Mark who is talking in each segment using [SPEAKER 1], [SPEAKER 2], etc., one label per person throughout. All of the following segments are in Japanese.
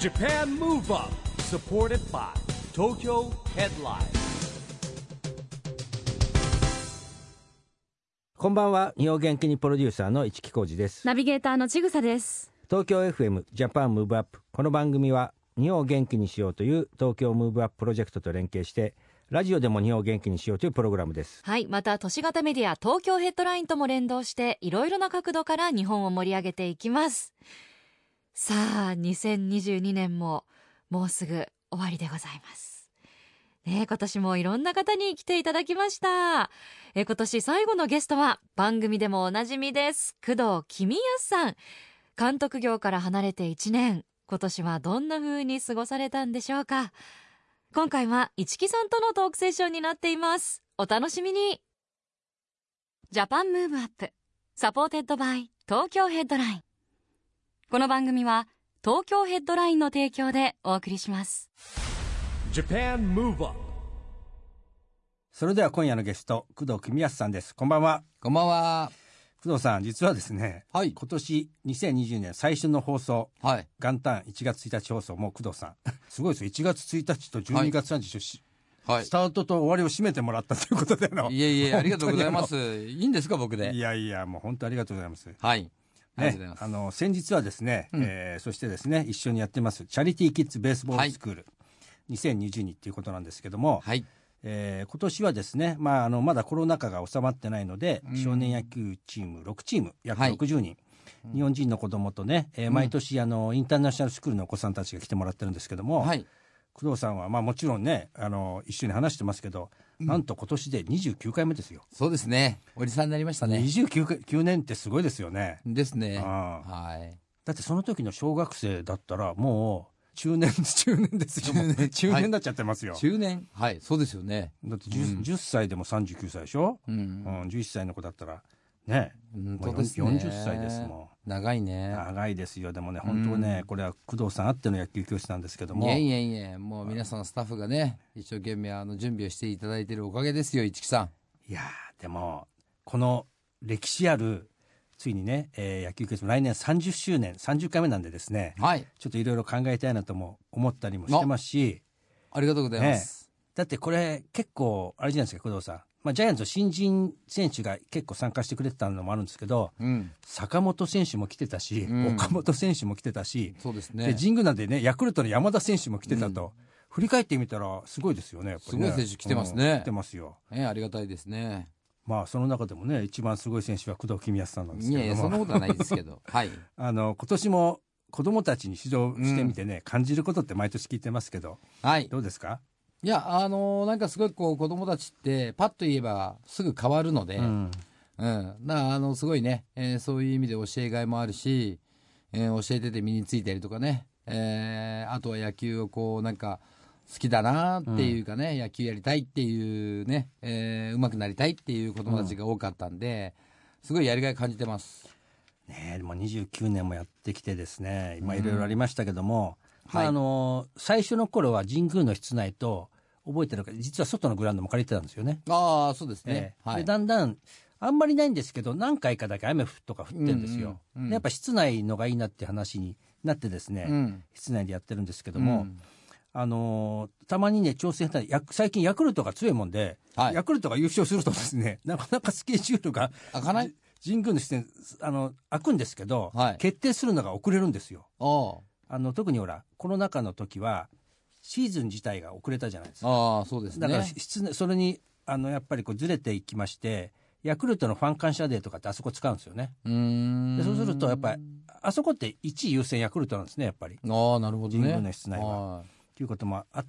[SPEAKER 1] JAPAN MOVE UP SUPPORTED BY TOKYO HEADLINE
[SPEAKER 2] こんばんは日本元気にプロデューサーの市木浩司です
[SPEAKER 3] ナビゲーターのちぐさです。
[SPEAKER 2] 東京 FM ジャパンムーブアップこの番組は日本を元気にしようという東京ムーブアッププロジェクトと連携してラジオでも日本を元気にしようというプログラムです
[SPEAKER 4] はい、また都市型メディア東京ヘッドラインとも連動していろいろな角度から日本を盛り上げていきますさあ2022年ももうすぐ終わりでございますねえ今年もいろんな方に来ていただきましたえ今年最後のゲストは番組でもおなじみです工藤公康さん監督業から離れて1年今年はどんな風に過ごされたんでしょうか今回は一木さんとのトークセッションになっていますお楽しみにジャパンムーブアップサポーテッドバイ東京ヘッドラインこの番組は東京ヘッドラインの提供でお送りします
[SPEAKER 1] JAPAN MOVE UP
[SPEAKER 2] それでは今夜のゲスト工藤公康さんですこんばんは
[SPEAKER 5] こんばんは。
[SPEAKER 2] 工藤さん実はですね
[SPEAKER 5] はい。
[SPEAKER 2] 今年2020年最初の放送
[SPEAKER 5] はい。
[SPEAKER 2] 元旦1月1日放送も工藤さん すごいですよ1月1日と12月31日、し
[SPEAKER 5] は
[SPEAKER 2] スタートと終わりを締めてもらったということでの
[SPEAKER 5] い。いえい え、ありがとうございま
[SPEAKER 2] 本
[SPEAKER 5] す。いいんですか、僕
[SPEAKER 2] 当にあのい
[SPEAKER 5] で。
[SPEAKER 2] やいやもう本当ありがとうございます
[SPEAKER 5] はい。ありがとうござい
[SPEAKER 2] ね
[SPEAKER 5] ま、す。
[SPEAKER 2] あの先日はですね、えーそしてですね一緒にやってますチャリティーキッズベースボールスクール、2022っていうことなんですけども、
[SPEAKER 5] はい。
[SPEAKER 2] えー今年はですね、まあ、あのまだコロナ禍が収まってないので、少年野球チーム6チーム約
[SPEAKER 5] はい
[SPEAKER 2] 60人、日本人の子供とね、えー毎年あのインターナショナルスクールのお子さんたちが来てもらってるんですけども、
[SPEAKER 5] はい。
[SPEAKER 2] 工藤さんは、まあ、もちろんねあの一緒に話してますけど、なんと今年で29回目ですよ。
[SPEAKER 5] そうですね。おじさんになりましたね。
[SPEAKER 2] 29回9年ってすごいですよね。
[SPEAKER 5] ですね。
[SPEAKER 2] あ
[SPEAKER 5] はい。
[SPEAKER 2] だってその時の小学生だったらもう中年 中年ですよもう中年になっちゃってますよ、
[SPEAKER 5] 中年はい。そうですよね。
[SPEAKER 2] だって 10,、10歳でも39歳でしょ、
[SPEAKER 5] うん
[SPEAKER 2] う。ん11歳の子だったらね
[SPEAKER 5] 本
[SPEAKER 2] もう
[SPEAKER 5] 当ですね。
[SPEAKER 2] 40歳ですも
[SPEAKER 5] 長い
[SPEAKER 2] ん
[SPEAKER 5] ね。
[SPEAKER 2] 長いですよでもね本当ね、これは工藤さんあっての野球教室なんですけども
[SPEAKER 5] いえいえいえ、もう皆さんスタッフがね、一生懸命あの準備をしていただいているおかげですよ、市木さん。
[SPEAKER 2] いやーでもこの歴史あるついにね、えー野球教室も来年30周年30回目なんでですね
[SPEAKER 5] はい。
[SPEAKER 2] ちょっといろいろ考えたいなとも思ったりもしてますし
[SPEAKER 5] ありがとうございます。
[SPEAKER 2] だってこれ結構あれじゃないですか工藤さん、まあ、ジャイアンツの新人選手が結構参加してくれてたのもあるんですけど
[SPEAKER 5] うん。
[SPEAKER 2] 坂本選手も来てたし、
[SPEAKER 5] うん
[SPEAKER 2] 岡本選手も来てたし、
[SPEAKER 5] そうです
[SPEAKER 2] で
[SPEAKER 5] ね。
[SPEAKER 2] 神宮なんでねヤクルトの山田選手も来てたと、振り返ってみたらすごいですよねやっぱりね
[SPEAKER 5] すごい選手来てますね
[SPEAKER 2] うん来てますよ
[SPEAKER 5] え、ありがたいですね。
[SPEAKER 2] まあその中でもね一番すごい選手は工藤公康さんなんです
[SPEAKER 5] い
[SPEAKER 2] け
[SPEAKER 5] やい
[SPEAKER 2] れ
[SPEAKER 5] や、
[SPEAKER 2] ど
[SPEAKER 5] そんな
[SPEAKER 2] も
[SPEAKER 5] ことはないですけ ど。はい。
[SPEAKER 2] あの今年も子供たちに指導してみてね、感じることって毎年聞いてますけど
[SPEAKER 5] はい。
[SPEAKER 2] どうですか、
[SPEAKER 5] いや、あのーなんかすごいこう子供たちって、パッと言えばすぐ変わるので、うん。
[SPEAKER 2] うん
[SPEAKER 5] だからあの、すごいね、えーそういう意味で教えがいもあるし、えー教えてて身についたりとかね、えーあとは野球をこう、なんか、好きだなっていうかね、野球やりたいっていうね、えー、上手くなりたいっていう子供たちが多かったんで、すごいやりがい感じてます。
[SPEAKER 2] ねえ、でも29年もやってきてですね、今いろいろありましたけども、まあ、あの、最初の頃は神宮の室内と、覚えてるか、実は外のグラウンドも借りてたんですよね。
[SPEAKER 5] ああ、そうです
[SPEAKER 2] え
[SPEAKER 5] ね。
[SPEAKER 2] え
[SPEAKER 5] は
[SPEAKER 2] で
[SPEAKER 5] い。
[SPEAKER 2] だんだん、あんまりないんですけど、何回かだけ雨とか降ってるんですよ。
[SPEAKER 5] うんうんうん
[SPEAKER 2] でやっぱ室内のがいいなって話になってですね、
[SPEAKER 5] うん
[SPEAKER 2] 室内でやってるんですけども、
[SPEAKER 5] うん
[SPEAKER 2] あのーたまにね、調整したりヤク最近ヤクルトが強いもんで、
[SPEAKER 5] はい
[SPEAKER 2] ヤクルトが優勝するとですね、 なかなかスケジュールが
[SPEAKER 5] 開かない
[SPEAKER 2] 神宮の視点あの開くんですけど、
[SPEAKER 5] はい
[SPEAKER 2] 決定するのが遅れるんですよ
[SPEAKER 5] あ
[SPEAKER 2] あの特にほらコロナ禍の時はシーズン自体が遅れたじゃないです
[SPEAKER 5] あ、
[SPEAKER 2] か
[SPEAKER 5] ああ、そうですね。
[SPEAKER 2] だから室内それにあのやっぱりこうずれていきましてヤクルトのファン感謝デーとかってあそこ使うんですよね
[SPEAKER 5] うーん
[SPEAKER 2] でそうするとやっぱりあそこって1位優先ヤクルトなんですねやっぱり
[SPEAKER 5] ああ、なるほどね。
[SPEAKER 2] 神宮の室内は
[SPEAKER 5] はい。
[SPEAKER 2] ということもあっ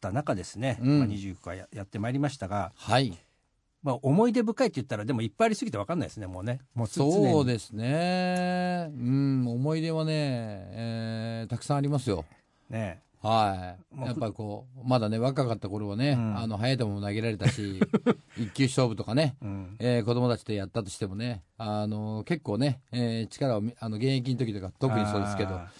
[SPEAKER 2] た中ですね、
[SPEAKER 5] うん
[SPEAKER 2] まあ、29回ややってまいりましたが、
[SPEAKER 5] はい。
[SPEAKER 2] まあ、思い出深いって言ったらでもいっぱいありすぎて分かんないですねもうねもう常に
[SPEAKER 5] そうですね。うん、思い出はね、えーたくさんありますよ。
[SPEAKER 2] ね
[SPEAKER 5] はい。
[SPEAKER 2] まあ
[SPEAKER 5] やっぱりこう、まだね、若かった頃はね、
[SPEAKER 2] ん
[SPEAKER 5] あの、早い球も投げられ たし、一球勝負とかね、
[SPEAKER 2] うん
[SPEAKER 5] えー子供たちとやったとしてもね、あの、結構ね、えー力をみ、あの、現役の時とか特にそうですけど
[SPEAKER 2] あ、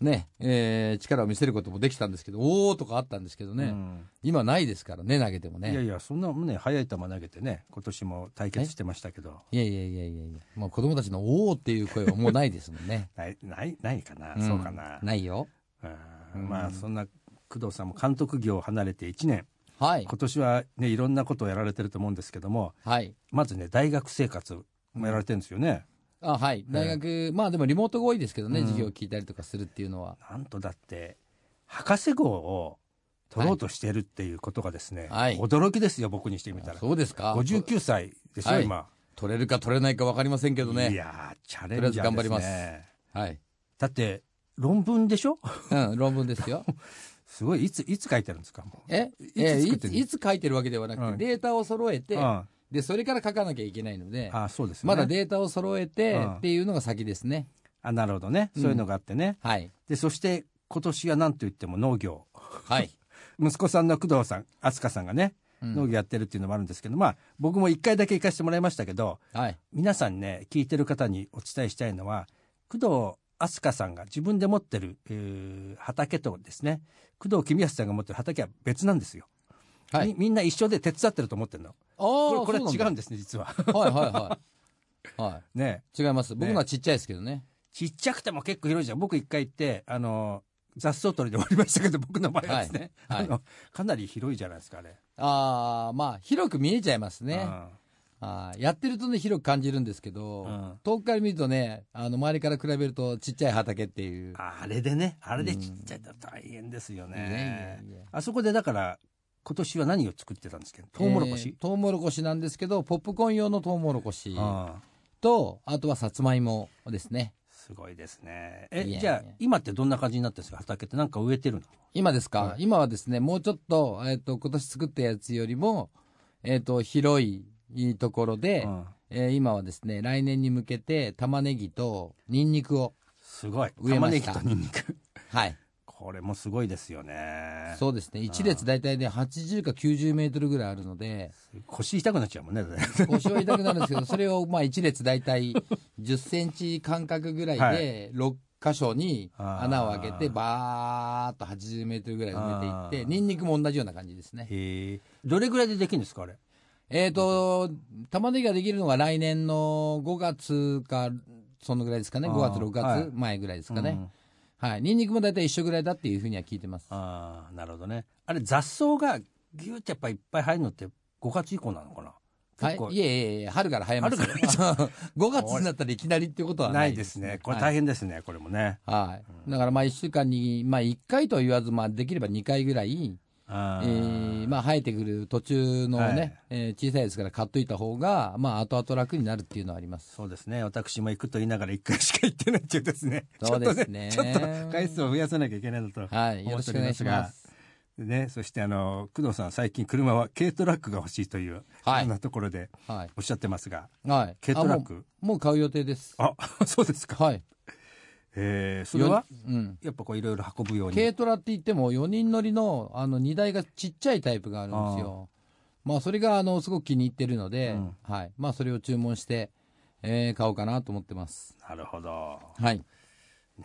[SPEAKER 5] ね、えー力を見せることもできたんですけど、おーとかあったんですけどね、
[SPEAKER 2] うん
[SPEAKER 5] 今ないですからね、投げてもね。
[SPEAKER 2] いやいや、そんなもんね、速い球投げてね、今年も対決してましたけど、
[SPEAKER 5] いやいやいやいやいや、もう子供た
[SPEAKER 2] 。
[SPEAKER 5] ちの「おお」っていう声はもうないですもんね
[SPEAKER 2] ない、ない、ないかな、
[SPEAKER 5] ん
[SPEAKER 2] そうかな。
[SPEAKER 5] ないよ。
[SPEAKER 2] うんまあそんな工藤さんも監督業を離れて1年
[SPEAKER 5] はい
[SPEAKER 2] 今年はねいろんなことをやられてると思うんですけども
[SPEAKER 5] はい
[SPEAKER 2] まずね大学生活もやられてるんですよね、
[SPEAKER 5] あはい大学、まあでもリモートが多いですけどね、授業を聞いたりとかするっていうのは
[SPEAKER 2] なんとだって博士号を取ろうとしてるっていうことがですね、
[SPEAKER 5] はい
[SPEAKER 2] 驚きですよ僕にしてみたら
[SPEAKER 5] そうですか
[SPEAKER 2] 59歳ですよ、
[SPEAKER 5] はい
[SPEAKER 2] 今
[SPEAKER 5] 取れるか取れないか分かりませんけど
[SPEAKER 2] い
[SPEAKER 5] ね
[SPEAKER 2] やーチャレンジャー
[SPEAKER 5] と
[SPEAKER 2] で
[SPEAKER 5] り
[SPEAKER 2] す
[SPEAKER 5] あえず頑張
[SPEAKER 2] ね
[SPEAKER 5] はい、
[SPEAKER 2] だって論文でしょ
[SPEAKER 5] うん、論文です よ
[SPEAKER 2] すごいいついつ書いてあるんですかもう
[SPEAKER 5] え
[SPEAKER 2] いつ
[SPEAKER 5] えい
[SPEAKER 2] 作って
[SPEAKER 5] つ
[SPEAKER 2] る
[SPEAKER 5] いつ書いてるわけではなくて、
[SPEAKER 2] はい
[SPEAKER 5] データを揃えて、
[SPEAKER 2] うん
[SPEAKER 5] でそれから書かなきゃいけないので
[SPEAKER 2] あそうですね
[SPEAKER 5] まだデータを揃えて
[SPEAKER 2] うん
[SPEAKER 5] っていうのが先ですね
[SPEAKER 2] あなるほどねそういうのがあってね、
[SPEAKER 5] はい
[SPEAKER 2] でそして今年は何と言っても農業
[SPEAKER 5] はい
[SPEAKER 2] 息子さんの工藤さん飛鳥さんがね農業やってるっていうのもあるんですけど、まあ僕も一回だけ行かせてもらいましたけど
[SPEAKER 5] はい
[SPEAKER 2] 皆さんね聞いてる方にお伝えしたいのは工藤飛鳥さんが自分で持ってる、えー畑とですね工藤公康さんが持ってる畑は別なんですよ、
[SPEAKER 5] は
[SPEAKER 2] み
[SPEAKER 5] い
[SPEAKER 2] みんな一緒で手伝ってると思ってるの
[SPEAKER 5] ああ
[SPEAKER 2] これこれは違
[SPEAKER 5] は
[SPEAKER 2] うんですね実は
[SPEAKER 5] はいはいはいはい
[SPEAKER 2] ね
[SPEAKER 5] 違います僕のはちっちゃいですけどね
[SPEAKER 2] ちっちゃくても結構広いじゃん僕一回行ってあの雑草取りで終わりましたけど僕の場合はですね、
[SPEAKER 5] はいはい
[SPEAKER 2] あのかなり広いじゃないですかあれ
[SPEAKER 5] ああまあ広く見えちゃいますね、
[SPEAKER 2] うん
[SPEAKER 5] あーやってるとね広く感じるんですけど、
[SPEAKER 2] うん
[SPEAKER 5] 遠くから見るとねあの周りから比べるとちっちゃい畑っていう
[SPEAKER 2] あれでねあれでちっちゃいと大変ですよね、
[SPEAKER 5] いやいやいや
[SPEAKER 2] あそこでだから今年は何を作ってたんですけどトウモロコ
[SPEAKER 5] えー
[SPEAKER 2] シ、
[SPEAKER 5] トウモロコシなんですけどポップコーン用のトウモロコシ
[SPEAKER 2] ああ
[SPEAKER 5] とあとはさつまいもですね
[SPEAKER 2] すごいですねえ
[SPEAKER 5] いやいや
[SPEAKER 2] じゃあ今ってどんな感じになってるんですか畑ってなんか植えてるの
[SPEAKER 5] 今ですか、今はですねもうちょっと,、えー、と今年作ったやつよりも、えー、と広いところで、
[SPEAKER 2] うん
[SPEAKER 5] えー今はですね来年に向けて玉ねぎとニンニクを
[SPEAKER 2] すごい
[SPEAKER 5] 植え
[SPEAKER 2] 玉
[SPEAKER 5] ま
[SPEAKER 2] ね
[SPEAKER 5] し
[SPEAKER 2] ぎ
[SPEAKER 5] た
[SPEAKER 2] とニンニク
[SPEAKER 5] はい
[SPEAKER 2] これもすごいですよね
[SPEAKER 5] そうですね1列大体で80か90メートルぐらいあるので
[SPEAKER 2] 腰痛くなっちゃうもん ね
[SPEAKER 5] 腰は痛くなるんですけど、それをまあ1列大体10センチ間隔ぐら
[SPEAKER 2] はい
[SPEAKER 5] で、6箇所に穴を開
[SPEAKER 2] あ
[SPEAKER 5] けて、
[SPEAKER 2] ー
[SPEAKER 5] バーっと80メートルぐらい埋めていっ
[SPEAKER 2] あ
[SPEAKER 5] て、
[SPEAKER 2] ー
[SPEAKER 5] ニンニクも同じような感じですね。
[SPEAKER 2] へえどれぐらいでできるんですかあれ
[SPEAKER 5] えっ、と、玉ねぎができるのが来年の5月か、そのぐらいですかね、
[SPEAKER 2] あ
[SPEAKER 5] 5
[SPEAKER 2] ー
[SPEAKER 5] 月、6
[SPEAKER 2] はい
[SPEAKER 5] 月前ぐらいですかね。はい。ニンニクも大体一緒ぐらいだっていうふうには聞いてます。
[SPEAKER 2] ああなるほどねあれ雑草がギューってやっぱいっぱい入るのって5月以降なのかな
[SPEAKER 5] は
[SPEAKER 2] 結
[SPEAKER 5] い
[SPEAKER 2] 構、
[SPEAKER 5] いえいえいえ、春から早いますよ。5 月になったらいきなりっていうことはな
[SPEAKER 2] ないいですねこれ大変ですね、これもね
[SPEAKER 5] はい。だからまあ1週間に、まあ1回とは言わず、まあできれば2回ぐらい、え
[SPEAKER 2] あー
[SPEAKER 5] ーまあ生えてくる途中のね、
[SPEAKER 2] はい
[SPEAKER 5] えー小さいですから買っといた方が、まあ後々楽になるっていうのはあります。
[SPEAKER 2] そうですね私も行くと言いながら1回しか行ってないっていうですね
[SPEAKER 5] そうですね
[SPEAKER 2] ちょっとねちょっと回数を増やさなきゃいけないのと
[SPEAKER 5] はい。よろしくお願いします。
[SPEAKER 2] ね、そしてあの工藤さん最近車は軽トラックが欲しいという、
[SPEAKER 5] はい
[SPEAKER 2] そんなところで
[SPEAKER 5] はい。
[SPEAKER 2] おっしゃってますが
[SPEAKER 5] はい。
[SPEAKER 2] 軽トラック
[SPEAKER 5] あもうもう買う予定です。
[SPEAKER 2] あ そうですか、
[SPEAKER 5] はい。
[SPEAKER 2] えー、それは
[SPEAKER 5] ようん。
[SPEAKER 2] やっぱこういろいろ運ぶように
[SPEAKER 5] 軽トラって言っても4人乗りのあの荷台がちっちゃいタイプがあるんですよ。まあそれがあのすごく気に入ってるので、
[SPEAKER 2] うん
[SPEAKER 5] はい。まあそれを注文して、えー買おうかなと思ってます。
[SPEAKER 2] なるほど
[SPEAKER 5] はい。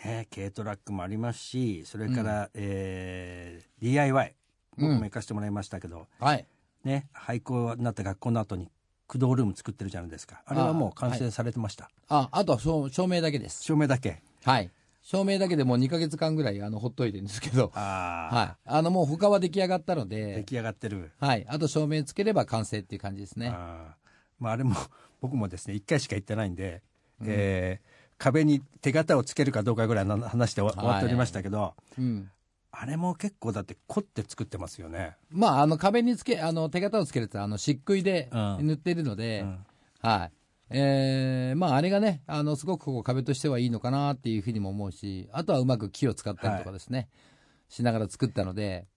[SPEAKER 2] ね、軽トラックもありますしそれから、えー DIY 僕も行かせてもらいましたけど、
[SPEAKER 5] はい。
[SPEAKER 2] ね、廃校になった学校の後に駆動ルーム作ってるじゃないですかあれはもう完成されてました、
[SPEAKER 5] あ、あとは照照明だけです。
[SPEAKER 2] 照明だけ
[SPEAKER 5] はい。照明だけでもう2ヶ月間ぐらい、あの、ほっといてるんですけど。
[SPEAKER 2] ああ、
[SPEAKER 5] はい。あの、もう他は出来上がったので
[SPEAKER 2] 出、来上がってる、
[SPEAKER 5] はい。あと照明つければ完成っていう感じですね。
[SPEAKER 2] あーまあ、あれも 僕もですね1回しか行ってないんで、えー壁に手形をつけるかどうかぐらいの話で終わ
[SPEAKER 5] は
[SPEAKER 2] 終
[SPEAKER 5] い
[SPEAKER 2] わっておりましたけど、
[SPEAKER 5] うん。
[SPEAKER 2] あれも結構だって凝って作ってますよね
[SPEAKER 5] まあ、あの、壁につけ、あの、手形をつけるって、あの、漆喰で
[SPEAKER 2] うん
[SPEAKER 5] 塗ってるので、
[SPEAKER 2] うん
[SPEAKER 5] はい。えー、まあ、あれがね、あの、すごくここ壁としてはいいのかなっていうふうにも思うし、あとはうまく木を使ったりとかですね、しながら作ったの で、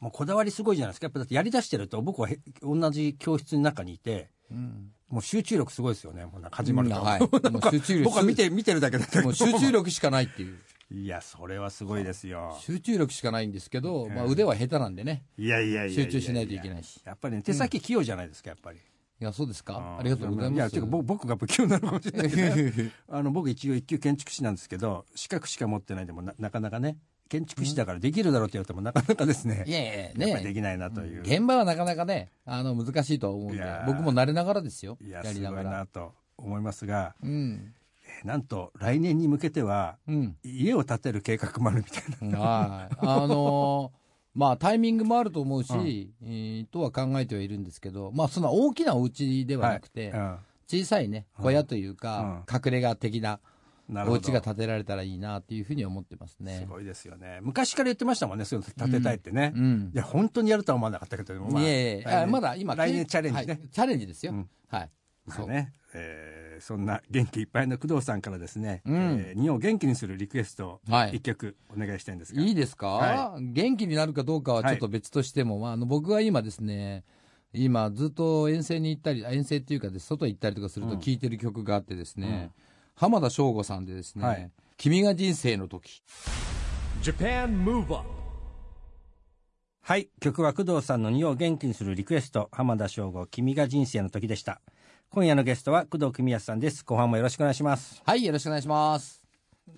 [SPEAKER 2] もうこだわりすごいじゃないですかやっぱだってやりだしてると僕はへ同じ教室の中にいて
[SPEAKER 5] うん。
[SPEAKER 2] もう集中力すごいですよねもうなんか始まると、
[SPEAKER 5] うんはい
[SPEAKER 2] なんか
[SPEAKER 5] もう集中力
[SPEAKER 2] 僕は見て見てるだけだったけど
[SPEAKER 5] もう集中力しかないっていう。
[SPEAKER 2] いやそれはすごいですよ
[SPEAKER 5] 集中力しかないんですけど、まあ、腕は下手なんでね、
[SPEAKER 2] いやいやいや
[SPEAKER 5] 集中しないといけ
[SPEAKER 2] い
[SPEAKER 5] ないし。
[SPEAKER 2] やっぱりね手先器用じゃないですかやっぱり、
[SPEAKER 5] いや、そうですか。ありがとうございます。
[SPEAKER 2] いやてか僕僕が不器用なのかもしれないけど ねあの僕一応一級建築士なんですけど資格しか持ってないでもななかなかね建築士だからできるだろうって言われてもなかなかですね
[SPEAKER 5] いやいやい
[SPEAKER 2] やっ
[SPEAKER 5] や
[SPEAKER 2] ぱりで
[SPEAKER 5] ね
[SPEAKER 2] きないなという、
[SPEAKER 5] 現場はなかなかね、あの、難しいとは思うん
[SPEAKER 2] い
[SPEAKER 5] で
[SPEAKER 2] や、ー
[SPEAKER 5] 僕も慣れながらですよ。
[SPEAKER 2] いや
[SPEAKER 5] や
[SPEAKER 2] す
[SPEAKER 5] り
[SPEAKER 2] ご
[SPEAKER 5] ないがら。
[SPEAKER 2] なと思いますが、
[SPEAKER 5] うん。
[SPEAKER 2] ーなんと来年に向けては
[SPEAKER 5] うん。
[SPEAKER 2] 家を建てる計画もあるみたいな。
[SPEAKER 5] はい。あのーまあタイミングもあると思うし、えーとは考えてはいるんですけど、まあそんな大きなお家ではなくて、
[SPEAKER 2] はい
[SPEAKER 5] 小さいね、小屋というか、隠れ家的な
[SPEAKER 2] うん、なる
[SPEAKER 5] お
[SPEAKER 2] ほ
[SPEAKER 5] 家
[SPEAKER 2] ど
[SPEAKER 5] が建てられたらいいなっていうふうには思ってますね。
[SPEAKER 2] すごいですよね。昔から言ってましたもんね、そういうの建てたいってね。
[SPEAKER 5] うん
[SPEAKER 2] い。や、本当にやるとは思わなかったけど、でもまあ
[SPEAKER 5] いえいえ
[SPEAKER 2] 来年
[SPEAKER 5] あまだ今、
[SPEAKER 2] 来年チャレンジ
[SPEAKER 5] は
[SPEAKER 2] ね
[SPEAKER 5] い。チャレンジですよ。
[SPEAKER 2] うん
[SPEAKER 5] はい。
[SPEAKER 2] まあね、えーそんな元気いっぱいの工藤さんからですね、
[SPEAKER 5] うん
[SPEAKER 2] えー日本を元気にするリクエストを
[SPEAKER 5] はい
[SPEAKER 2] 一曲お願いしたいんですが、
[SPEAKER 5] いいですか、
[SPEAKER 2] は
[SPEAKER 5] 元気になるかどうかはちょっと別としても、まあ、あの僕が今ですね、今ずっと遠征に行ったり、あ遠征っていうかです、外行ったりとかすると聴いてる曲があってですね、浜田省吾さんでですね、
[SPEAKER 2] はい
[SPEAKER 5] 君が人生の時。
[SPEAKER 1] Japan Move Up
[SPEAKER 2] はい、曲は工藤さんの日本を元気にするリクエスト、浜田省吾、君が人生の時でした。今夜のゲストは工藤久美康さんです。後半もよろしくお願いします。
[SPEAKER 5] はい、よろしくお願いします。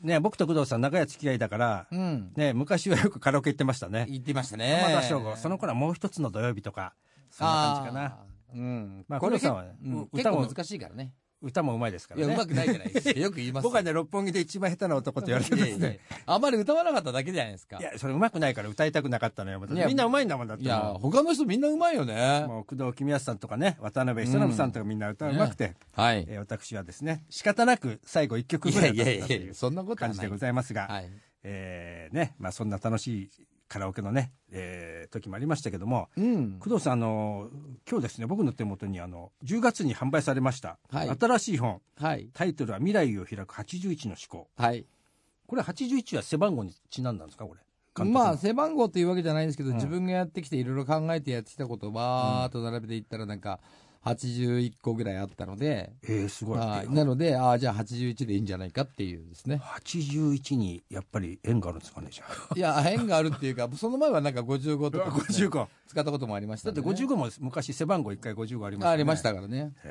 [SPEAKER 2] ね、僕と工藤さん長い付き合いだから、
[SPEAKER 5] うん。
[SPEAKER 2] ね、昔はよくカラオケ行ってましたね。
[SPEAKER 5] 言ってましたね。
[SPEAKER 2] 浜田省吾、その頃はもう一つの土曜日とか、そんな感じかな。
[SPEAKER 5] あー。うん。
[SPEAKER 2] まあ
[SPEAKER 5] これ
[SPEAKER 2] 工藤さんはね
[SPEAKER 5] うん
[SPEAKER 2] う
[SPEAKER 5] 結
[SPEAKER 2] 歌も
[SPEAKER 5] 構難しいからね。
[SPEAKER 2] 歌もうまいですか
[SPEAKER 5] い
[SPEAKER 2] ら
[SPEAKER 5] や、
[SPEAKER 2] ね。
[SPEAKER 5] うまくないじゃないですか。よく言いますよ。
[SPEAKER 2] 僕はね、六本木で一番下手な男と言われてです
[SPEAKER 5] いやい
[SPEAKER 2] ね
[SPEAKER 5] や。あんまり歌わなかっただけじゃないですか。
[SPEAKER 2] いや、それうまくないから歌いたくなかったのよ。
[SPEAKER 5] いや
[SPEAKER 2] みんなうまいんだもんだって。
[SPEAKER 5] いや、他の人みんなうまいよね。
[SPEAKER 2] もう工藤公康さんとかね、渡辺久信さんとかみんな歌うまくて、
[SPEAKER 5] はい。
[SPEAKER 2] えー私はですね、仕方なく最後一曲ぐらい歌ったと
[SPEAKER 5] いやいやい
[SPEAKER 2] い
[SPEAKER 5] や
[SPEAKER 2] う
[SPEAKER 5] そんなことはな
[SPEAKER 2] 感
[SPEAKER 5] い
[SPEAKER 2] じでございますが、
[SPEAKER 5] はい
[SPEAKER 2] えーね、まあそんな楽しいカラオケのね、えー時もありましたけども、
[SPEAKER 5] うん。
[SPEAKER 2] 工藤さん、あの、今日ですね、僕の手元にあの、10月に販売されました、
[SPEAKER 5] はい
[SPEAKER 2] 新しい本、
[SPEAKER 5] はい。
[SPEAKER 2] タイトルは未来を開く81の思考。
[SPEAKER 5] はい。
[SPEAKER 2] これ81は背番号にちなんだんですか、これ。監督の
[SPEAKER 5] まあ、背番号というわけじゃないんですけど、自分がやってきていろいろ考えてやってきたことをバーっと並べていったらなんか、81個ぐらいあったので、
[SPEAKER 2] えーすごい。。
[SPEAKER 5] はいなので、ああ、じゃあ81でいいんじゃないかっていうです ね
[SPEAKER 2] 81にやっぱり縁があるんですかねじゃあ
[SPEAKER 5] いや、変があるっていうか、その前はなんか55とか、
[SPEAKER 2] 55
[SPEAKER 5] 使ったこともありました
[SPEAKER 2] だっ
[SPEAKER 5] ん
[SPEAKER 2] て
[SPEAKER 5] でね、
[SPEAKER 2] 55も昔背番号1回55ありました、ね、
[SPEAKER 5] ありましたからね。
[SPEAKER 2] へ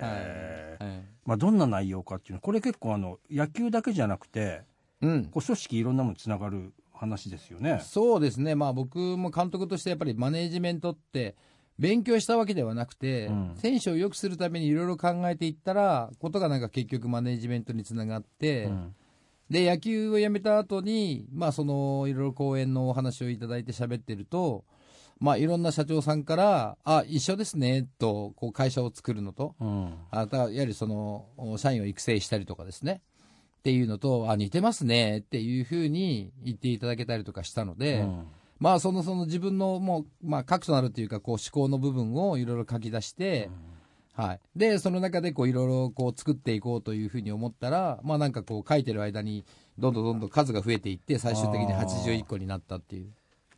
[SPEAKER 5] はい。はい
[SPEAKER 2] まあどんな内容かっていうのこれ結構あの野球だけじゃなくて
[SPEAKER 5] うん。
[SPEAKER 2] こう組織いろんなものにつながる話ですよね
[SPEAKER 5] そうですね、まあ、僕も監督としてやっぱりマネージメントって、勉強したわけではなくて、
[SPEAKER 2] うん
[SPEAKER 5] 選手を良くするためにいろいろ考えていったら、ことがなんか結局マネージメントにつながって、
[SPEAKER 2] ん
[SPEAKER 5] で、野球を辞めた後に、まあ、その、いろいろ講演のお話をいただいて喋ってると、まあ、いろんな社長さんから、あ、一緒ですね、と、こう、会社を作るのと、
[SPEAKER 2] うん
[SPEAKER 5] あたいわゆるそのお社員を育成したりとかですねっていうのとあ似てますねっていうふうに言っていただけたりとかしたので、
[SPEAKER 2] うん
[SPEAKER 5] まあそのその自分のもう、まあ、核となるというかこう思考の部分をいろいろ書き出して、はい、でその中でこういろいろこう作っていこうというふうに思ったらまあなんかこう書いてる間にどんどんどんどん数が増えていって最終的に81個になったっていう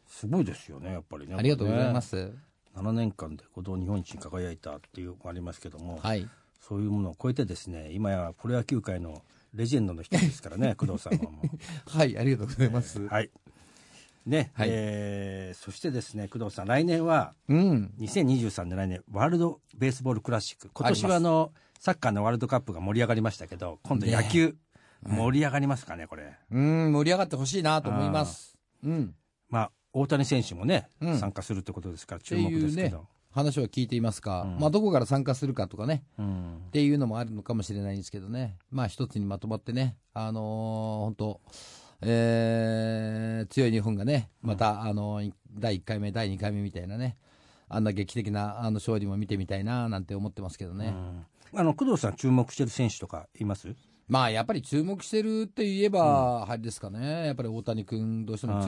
[SPEAKER 2] すごいですよねやっぱりね
[SPEAKER 5] ありがとうございますす、
[SPEAKER 2] 7年間で五道日本一に輝いたっていうのもありますけども、
[SPEAKER 5] はい
[SPEAKER 2] そういうものを超えてですね今やプロ野球界のレジェンドの一人ですから ね工藤さんはもう
[SPEAKER 5] はいありがとうございます、
[SPEAKER 2] はいね、
[SPEAKER 5] はい
[SPEAKER 2] えーそしてですね工藤さん来年は
[SPEAKER 5] うん
[SPEAKER 2] 2023年来年ワールドベースボールクラシック今年はあ
[SPEAKER 5] あり
[SPEAKER 2] のサッカーのワールドカップが盛り上がりましたけど今度野球、盛り上がりますかねこれ
[SPEAKER 5] うん盛り上がってほしいなと思いますうん
[SPEAKER 2] まあ大谷選手もね、
[SPEAKER 5] うん
[SPEAKER 2] 参加するってことですから
[SPEAKER 5] って
[SPEAKER 2] 注目
[SPEAKER 5] い
[SPEAKER 2] で
[SPEAKER 5] う
[SPEAKER 2] すけ
[SPEAKER 5] ね
[SPEAKER 2] ど、
[SPEAKER 5] 話は聞いていますが、まあ、どこから参加するかとかね、
[SPEAKER 2] うん
[SPEAKER 5] っていうのもあるのかもしれないんですけどね、まあ、一つにまとまってね、あのー本当、えー強い日本がね、また、あのー第1回目、第2回目みたいなね、あんな劇的なあの勝利も見てみたいななんて思ってますけどね。
[SPEAKER 2] あの工藤さん注目してる選手とかいます
[SPEAKER 5] まあやっぱり注目してるって言えば、あれですかね、やっぱり大谷君、どうしても注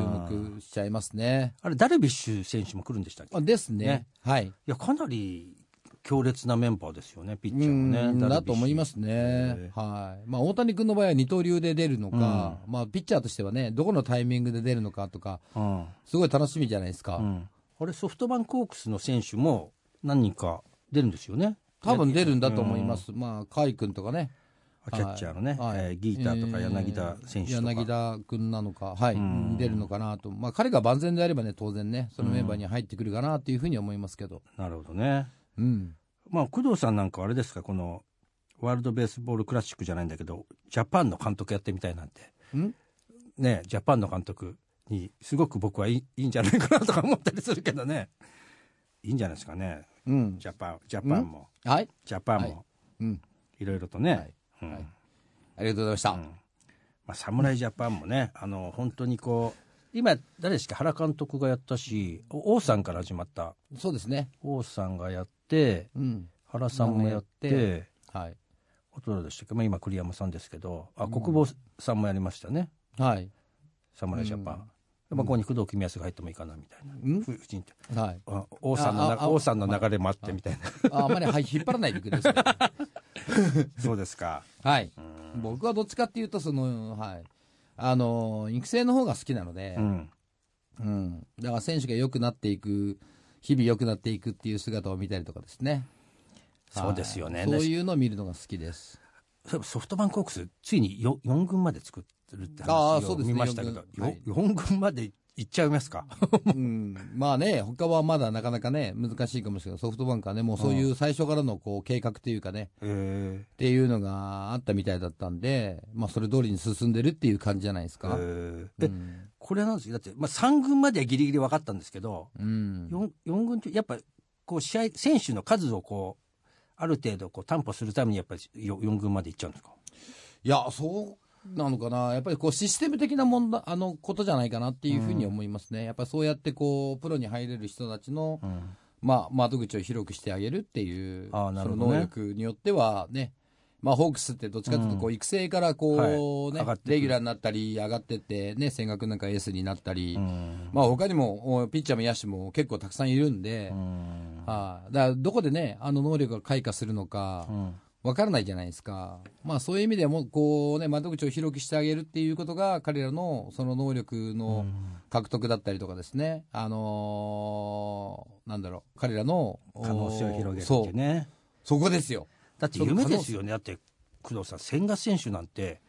[SPEAKER 5] 目しちゃいますね。
[SPEAKER 2] あれダルビッシュ選手も来るんでしたっけい
[SPEAKER 5] あですね
[SPEAKER 2] ね
[SPEAKER 5] はい、
[SPEAKER 2] やかなり強烈なメンバーですよねピッチャーもねダ
[SPEAKER 5] うん
[SPEAKER 2] ルビッシュ
[SPEAKER 5] だと思います
[SPEAKER 2] え
[SPEAKER 5] ね、はいまあ、大谷君の場合は二刀流で出るのか、まあ、ピッチャーとしてはね、どこのタイミングで出るのかとか、
[SPEAKER 2] ーうん
[SPEAKER 5] すごい楽しみじゃないですか、
[SPEAKER 2] うんあれソフトバンクホークスの選手も何人か出るんですよね
[SPEAKER 5] 多分出るんだと思います、まあ、甲斐君とかね、
[SPEAKER 2] キャッチャーのね、
[SPEAKER 5] はい
[SPEAKER 2] えーギーターとか柳田選手とか、
[SPEAKER 5] 柳田君なのか、はい、出るのかなと、まあ、彼が万全であればね、当然ね、そのメンバーに入ってくるかなというふうに思いますけど、
[SPEAKER 2] なるほどね
[SPEAKER 5] うん、
[SPEAKER 2] まあ工藤さんなんかはあれですかこのワールドベースボールクラシックじゃないんだけどジャパンの監督やってみたいなんて
[SPEAKER 5] ん
[SPEAKER 2] ねジャパンの監督にすごく僕はいいいいんじゃないかなとか思ったりするけどねいいんじゃないですかね
[SPEAKER 5] うん、
[SPEAKER 2] ジャパンジャパンも
[SPEAKER 5] はい、
[SPEAKER 2] ジャパンも、
[SPEAKER 5] うん、
[SPEAKER 2] いろいろとね、
[SPEAKER 5] はい
[SPEAKER 2] うん
[SPEAKER 5] はいありがとうございました。
[SPEAKER 2] まあ、侍ジャパンもね、あの本当にこう、今、誰ですか、原監督がやったし、お王さんから始まった、
[SPEAKER 5] そうですね。
[SPEAKER 2] 王さんがやって、
[SPEAKER 5] うん。
[SPEAKER 2] 原さんもやって、
[SPEAKER 5] もうやはい。
[SPEAKER 2] あと誰でしたっけ、まあ、今、栗山さんですけど、あ国防さんもやりましたね、
[SPEAKER 5] はい。
[SPEAKER 2] 侍ジャパン。まあ、ここに工藤公康が入ってもいいかなみたいな、
[SPEAKER 5] ん
[SPEAKER 2] 夫人って
[SPEAKER 5] はい。
[SPEAKER 2] あ王さんの
[SPEAKER 5] ああ
[SPEAKER 2] な王さんの流れもあって みたいな、
[SPEAKER 5] ああまり、はい、引っ張らないでくださ い。
[SPEAKER 2] そうですか、
[SPEAKER 5] はい。僕はどっちかっていうと、その、はい。あの、育成の方が好きなので
[SPEAKER 2] う、ん、
[SPEAKER 5] うん。だから選手が良くなっていく、日々良くなっていくっていう姿を見たりとかですね。
[SPEAKER 2] そうですよね、
[SPEAKER 5] はいそういうのを見るのが好きです。
[SPEAKER 2] そういえばソフトバンクホークス、ついに 4, 四軍まで作ってるって
[SPEAKER 5] あー
[SPEAKER 2] 話
[SPEAKER 5] そ
[SPEAKER 2] を
[SPEAKER 5] うですね
[SPEAKER 2] 見ましたけど、よ
[SPEAKER 5] 四軍はい
[SPEAKER 2] 四軍まで行っちゃいますか。
[SPEAKER 5] うん、まあね、他はまだなかなかね、難しいかもしれないソフトバンクはね、もうそういう最初からのこう計画というかね、
[SPEAKER 2] へ
[SPEAKER 5] っていうのがあったみたいだったんで、まあそれ通りに進んでるっていう感じじゃないです
[SPEAKER 2] え
[SPEAKER 5] か。
[SPEAKER 2] えこれなんですよだって、まあ、3軍まではギリギリ分かったんですけど、
[SPEAKER 5] うん。
[SPEAKER 2] 四四軍ってやっぱこう試合選手の数をこうある程度こう担保するためにやっぱりよ四軍まで行っちゃうんですか。
[SPEAKER 5] いや、そうなのかな。やっぱりこうシステム的な問題、あのことじゃないかなっていうふうに思いますね。やっぱりそうやってこう、プロに入れる人たちの、まあ窓口を広くしてあげるっていう、
[SPEAKER 2] あーな
[SPEAKER 5] そ
[SPEAKER 2] る
[SPEAKER 5] の
[SPEAKER 2] ほどね
[SPEAKER 5] 能力によってはね、まあホークスってどっちかというとこう、育成からこう、
[SPEAKER 2] はい上がっ
[SPEAKER 5] ね
[SPEAKER 2] て、くる
[SPEAKER 5] レギュラーになったり、上がってって、ね、千賀君なんかエースになったり、
[SPEAKER 2] ん
[SPEAKER 5] まあ他にも、おピッチャーも野手も結構たくさんいるんで、はい、だからどこでね、あの能力が開花するのか、わからないじゃないですか。まあそういう意味でも、こうね、窓口を広くしてあげるっていうことが、彼らのその能力の獲得だったりとかですね、あのーなんだろう、彼らのおー
[SPEAKER 2] 可能性を広げるっていうね。
[SPEAKER 5] そう。そこですよ。
[SPEAKER 2] だって夢ですよね。だって工藤さん千賀選手なんて、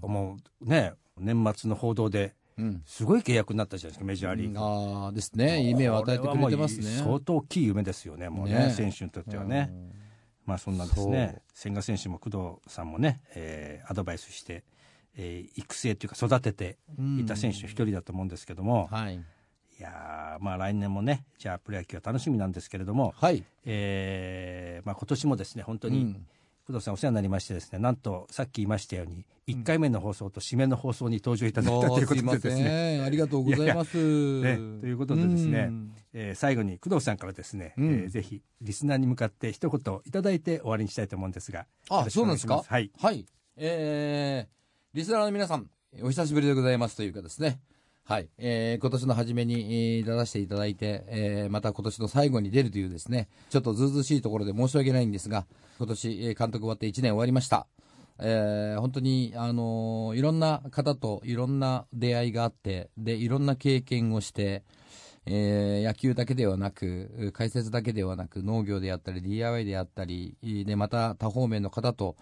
[SPEAKER 2] もうね年末の報道で
[SPEAKER 5] うん。
[SPEAKER 2] すごい契約になったじゃないですかメジャーリーグ。
[SPEAKER 5] ああですね、夢を与えてくれてますね
[SPEAKER 2] こ。れはもう相当大きい夢ですよね、もうね、
[SPEAKER 5] ね
[SPEAKER 2] 選手にとってはね。まあそんなですね、千賀選手も工藤さんもね、えーアドバイスして、えー育成というか育てていた選手の一人だと思うんですけども、
[SPEAKER 5] はい。
[SPEAKER 2] いやーまあ来年もね、じゃあプロ野球は楽しみなんですけれども、
[SPEAKER 5] はい。
[SPEAKER 2] えーまあ今年もですね、本当
[SPEAKER 5] う
[SPEAKER 2] に
[SPEAKER 5] ん
[SPEAKER 2] 工藤さんお世話になりましてですね、なんとさっき言いましたように、1回目の放送と締めの放送に登場いただいたというこ
[SPEAKER 5] あーすいま
[SPEAKER 2] とでですね、
[SPEAKER 5] せん。ありがとうございます。
[SPEAKER 2] ね、ということでですね
[SPEAKER 5] うん、
[SPEAKER 2] えー最後に工藤さんからですね、
[SPEAKER 5] うん
[SPEAKER 2] えーぜひリスナーに向かって一言いただいて終わりにしたいと思うんですがよ
[SPEAKER 5] あ、
[SPEAKER 2] ろし
[SPEAKER 5] そ
[SPEAKER 2] く
[SPEAKER 5] う
[SPEAKER 2] お
[SPEAKER 5] な
[SPEAKER 2] 願い
[SPEAKER 5] んで
[SPEAKER 2] し
[SPEAKER 5] す
[SPEAKER 2] ま
[SPEAKER 5] か
[SPEAKER 2] すはい
[SPEAKER 5] はい。えー、リスナーの皆さん、お久しぶりでございますというかですね。はい。えー、今年の初めに、えー出させていただいて、えー、また今年の最後に出るというですね、ちょっとずうずうしいところで申し訳ないんですが、今年、えー監督終わって1年終わりました。えー、本当に、あのーいろんな方といろんな出会いがあって、で、いろんな経験をして、えー野球だけではなく、解説だけではなく、農業であったり、DIY であったり、で、また多方面の方と、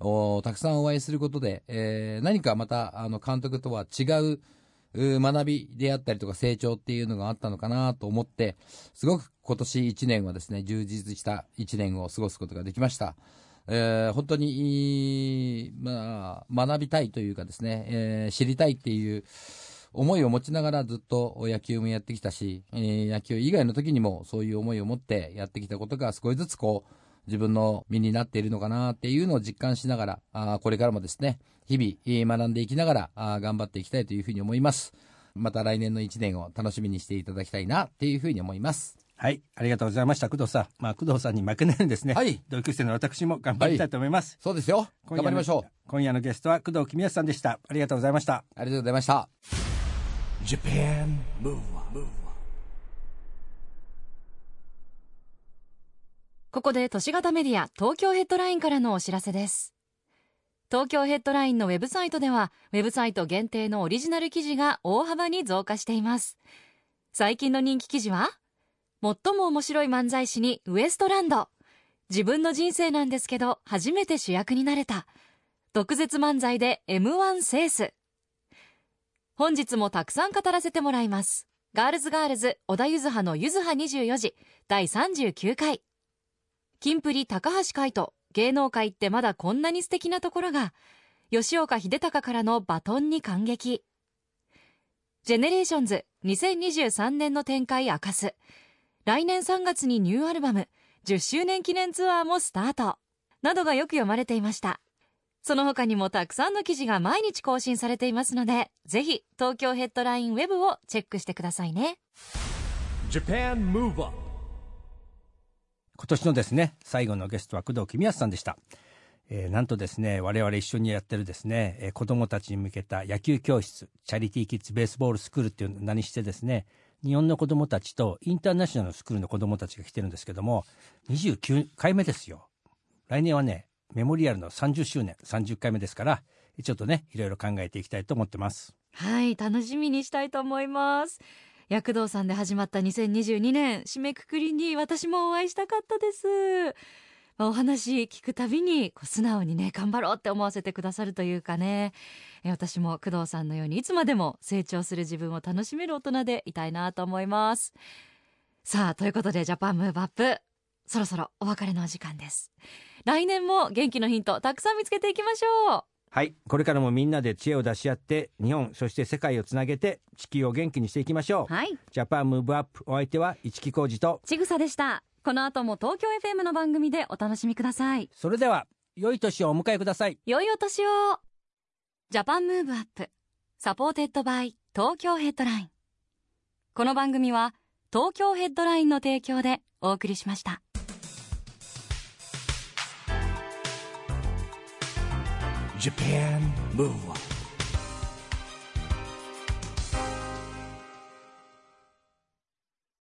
[SPEAKER 5] おたくさんお会いすることで、えー何かまた、あの、監督とは違う、う学びであったりとか成長っていうのがあったのかなと思って、すごく今年1年はですね、充実した1年を過ごすことができました。えー本当に、いいまあ、学びたいというかですね、えー知りたいっていう、思いを持ちながらずっと野球もやってきたし、えー野球以外の時にもそういう思いを持ってやってきたことが少しずつこう、自分の身になっているのかなっていうのを実感しながら、あーこれからもですね、日々えー学んでいきながらあー頑張っていきたいというふうに思います。また来年の1年を楽しみにしていただきたいなっていうふうに思います。
[SPEAKER 2] はいありがとうございました工藤さん、まあ、工藤さんに負けないようにですね、
[SPEAKER 5] はい
[SPEAKER 2] 同級生の私も頑張りたいと思います、
[SPEAKER 5] そうですよ。
[SPEAKER 2] 今
[SPEAKER 5] 頑
[SPEAKER 2] 夜
[SPEAKER 5] 張
[SPEAKER 2] の
[SPEAKER 5] りましょう。
[SPEAKER 2] 今夜のゲストは工藤公康さんでしたありがとうございました
[SPEAKER 5] ありがとうございました。
[SPEAKER 1] Japan Move Up,
[SPEAKER 4] ここで都市型メディア東京ヘッドラインからのお知らせです。東京ヘッドラインのウェブサイトでは、ウェブサイト限定のオリジナル記事が大幅に増加しています。最近の人気記事は、最も面白い漫才師にウエストランド。自分の人生なんですけど、初めて主役になれた。毒舌漫才で M1 セース。本日もたくさん語らせてもらいます。ガールズガールズ、小田ゆずはのゆずは24時、第39回。キンプリ高橋海人芸能界ってまだこんなに素敵なところが吉岡秀隆からのバトンに感激ジェネレーションズ2023年の展開明かす来年3月にニューアルバム10周年記念ツアーもスタートなどがよく読まれていましたその他にもたくさんの記事が毎日更新されていますので、ぜひ東京ヘッドラインウェブをチェックしてくださいね。
[SPEAKER 1] Japan Move Up
[SPEAKER 2] 今年のですね最後のゲストは工藤公康さんでした、えーなんとですね我々一緒にやってるですね、えー子どもたちに向けた野球教室チャリティーキッズベースボールスクールっていうのを名にしてですね日本の子どもたちとインターナショナルのスクールの子どもたちが来てるんですけども29回目ですよ来年はねメモリアルの30周年30回目ですからちょっとねいろいろ考えていきたいと思ってます
[SPEAKER 4] はい、楽しみにしたいと思います。躍動さんで始まった2022年、締めくくりに私もお会いしたかったです。まあお話聞くたびに、こう素直にね、頑張ろうって思わせてくださるというかね、えー私も工藤さんのようにいつまでも成長する自分を楽しめる大人でいたいなと思います。さあ、ということで、ジャパンムーブアップ、そろそろお別れのお時間です。来年も元気のヒント、たくさん見つけていきましょう。
[SPEAKER 2] はいこれからもみんなで知恵を出し合って日本そして世界をつなげて地球を元気にしていきましょう、
[SPEAKER 4] はい
[SPEAKER 2] ジャパンムーブアップお相手は市木浩二と
[SPEAKER 4] ちぐさでした。この後も東京 FM の番組でお楽しみください。
[SPEAKER 2] それでは良い年をお迎えください
[SPEAKER 4] 良いお年をジャパンムーブアップサポーテッドバイ東京ヘッドラインこの番組は東京ヘッドラインの提供でお送りしました。
[SPEAKER 1] Japan Move Up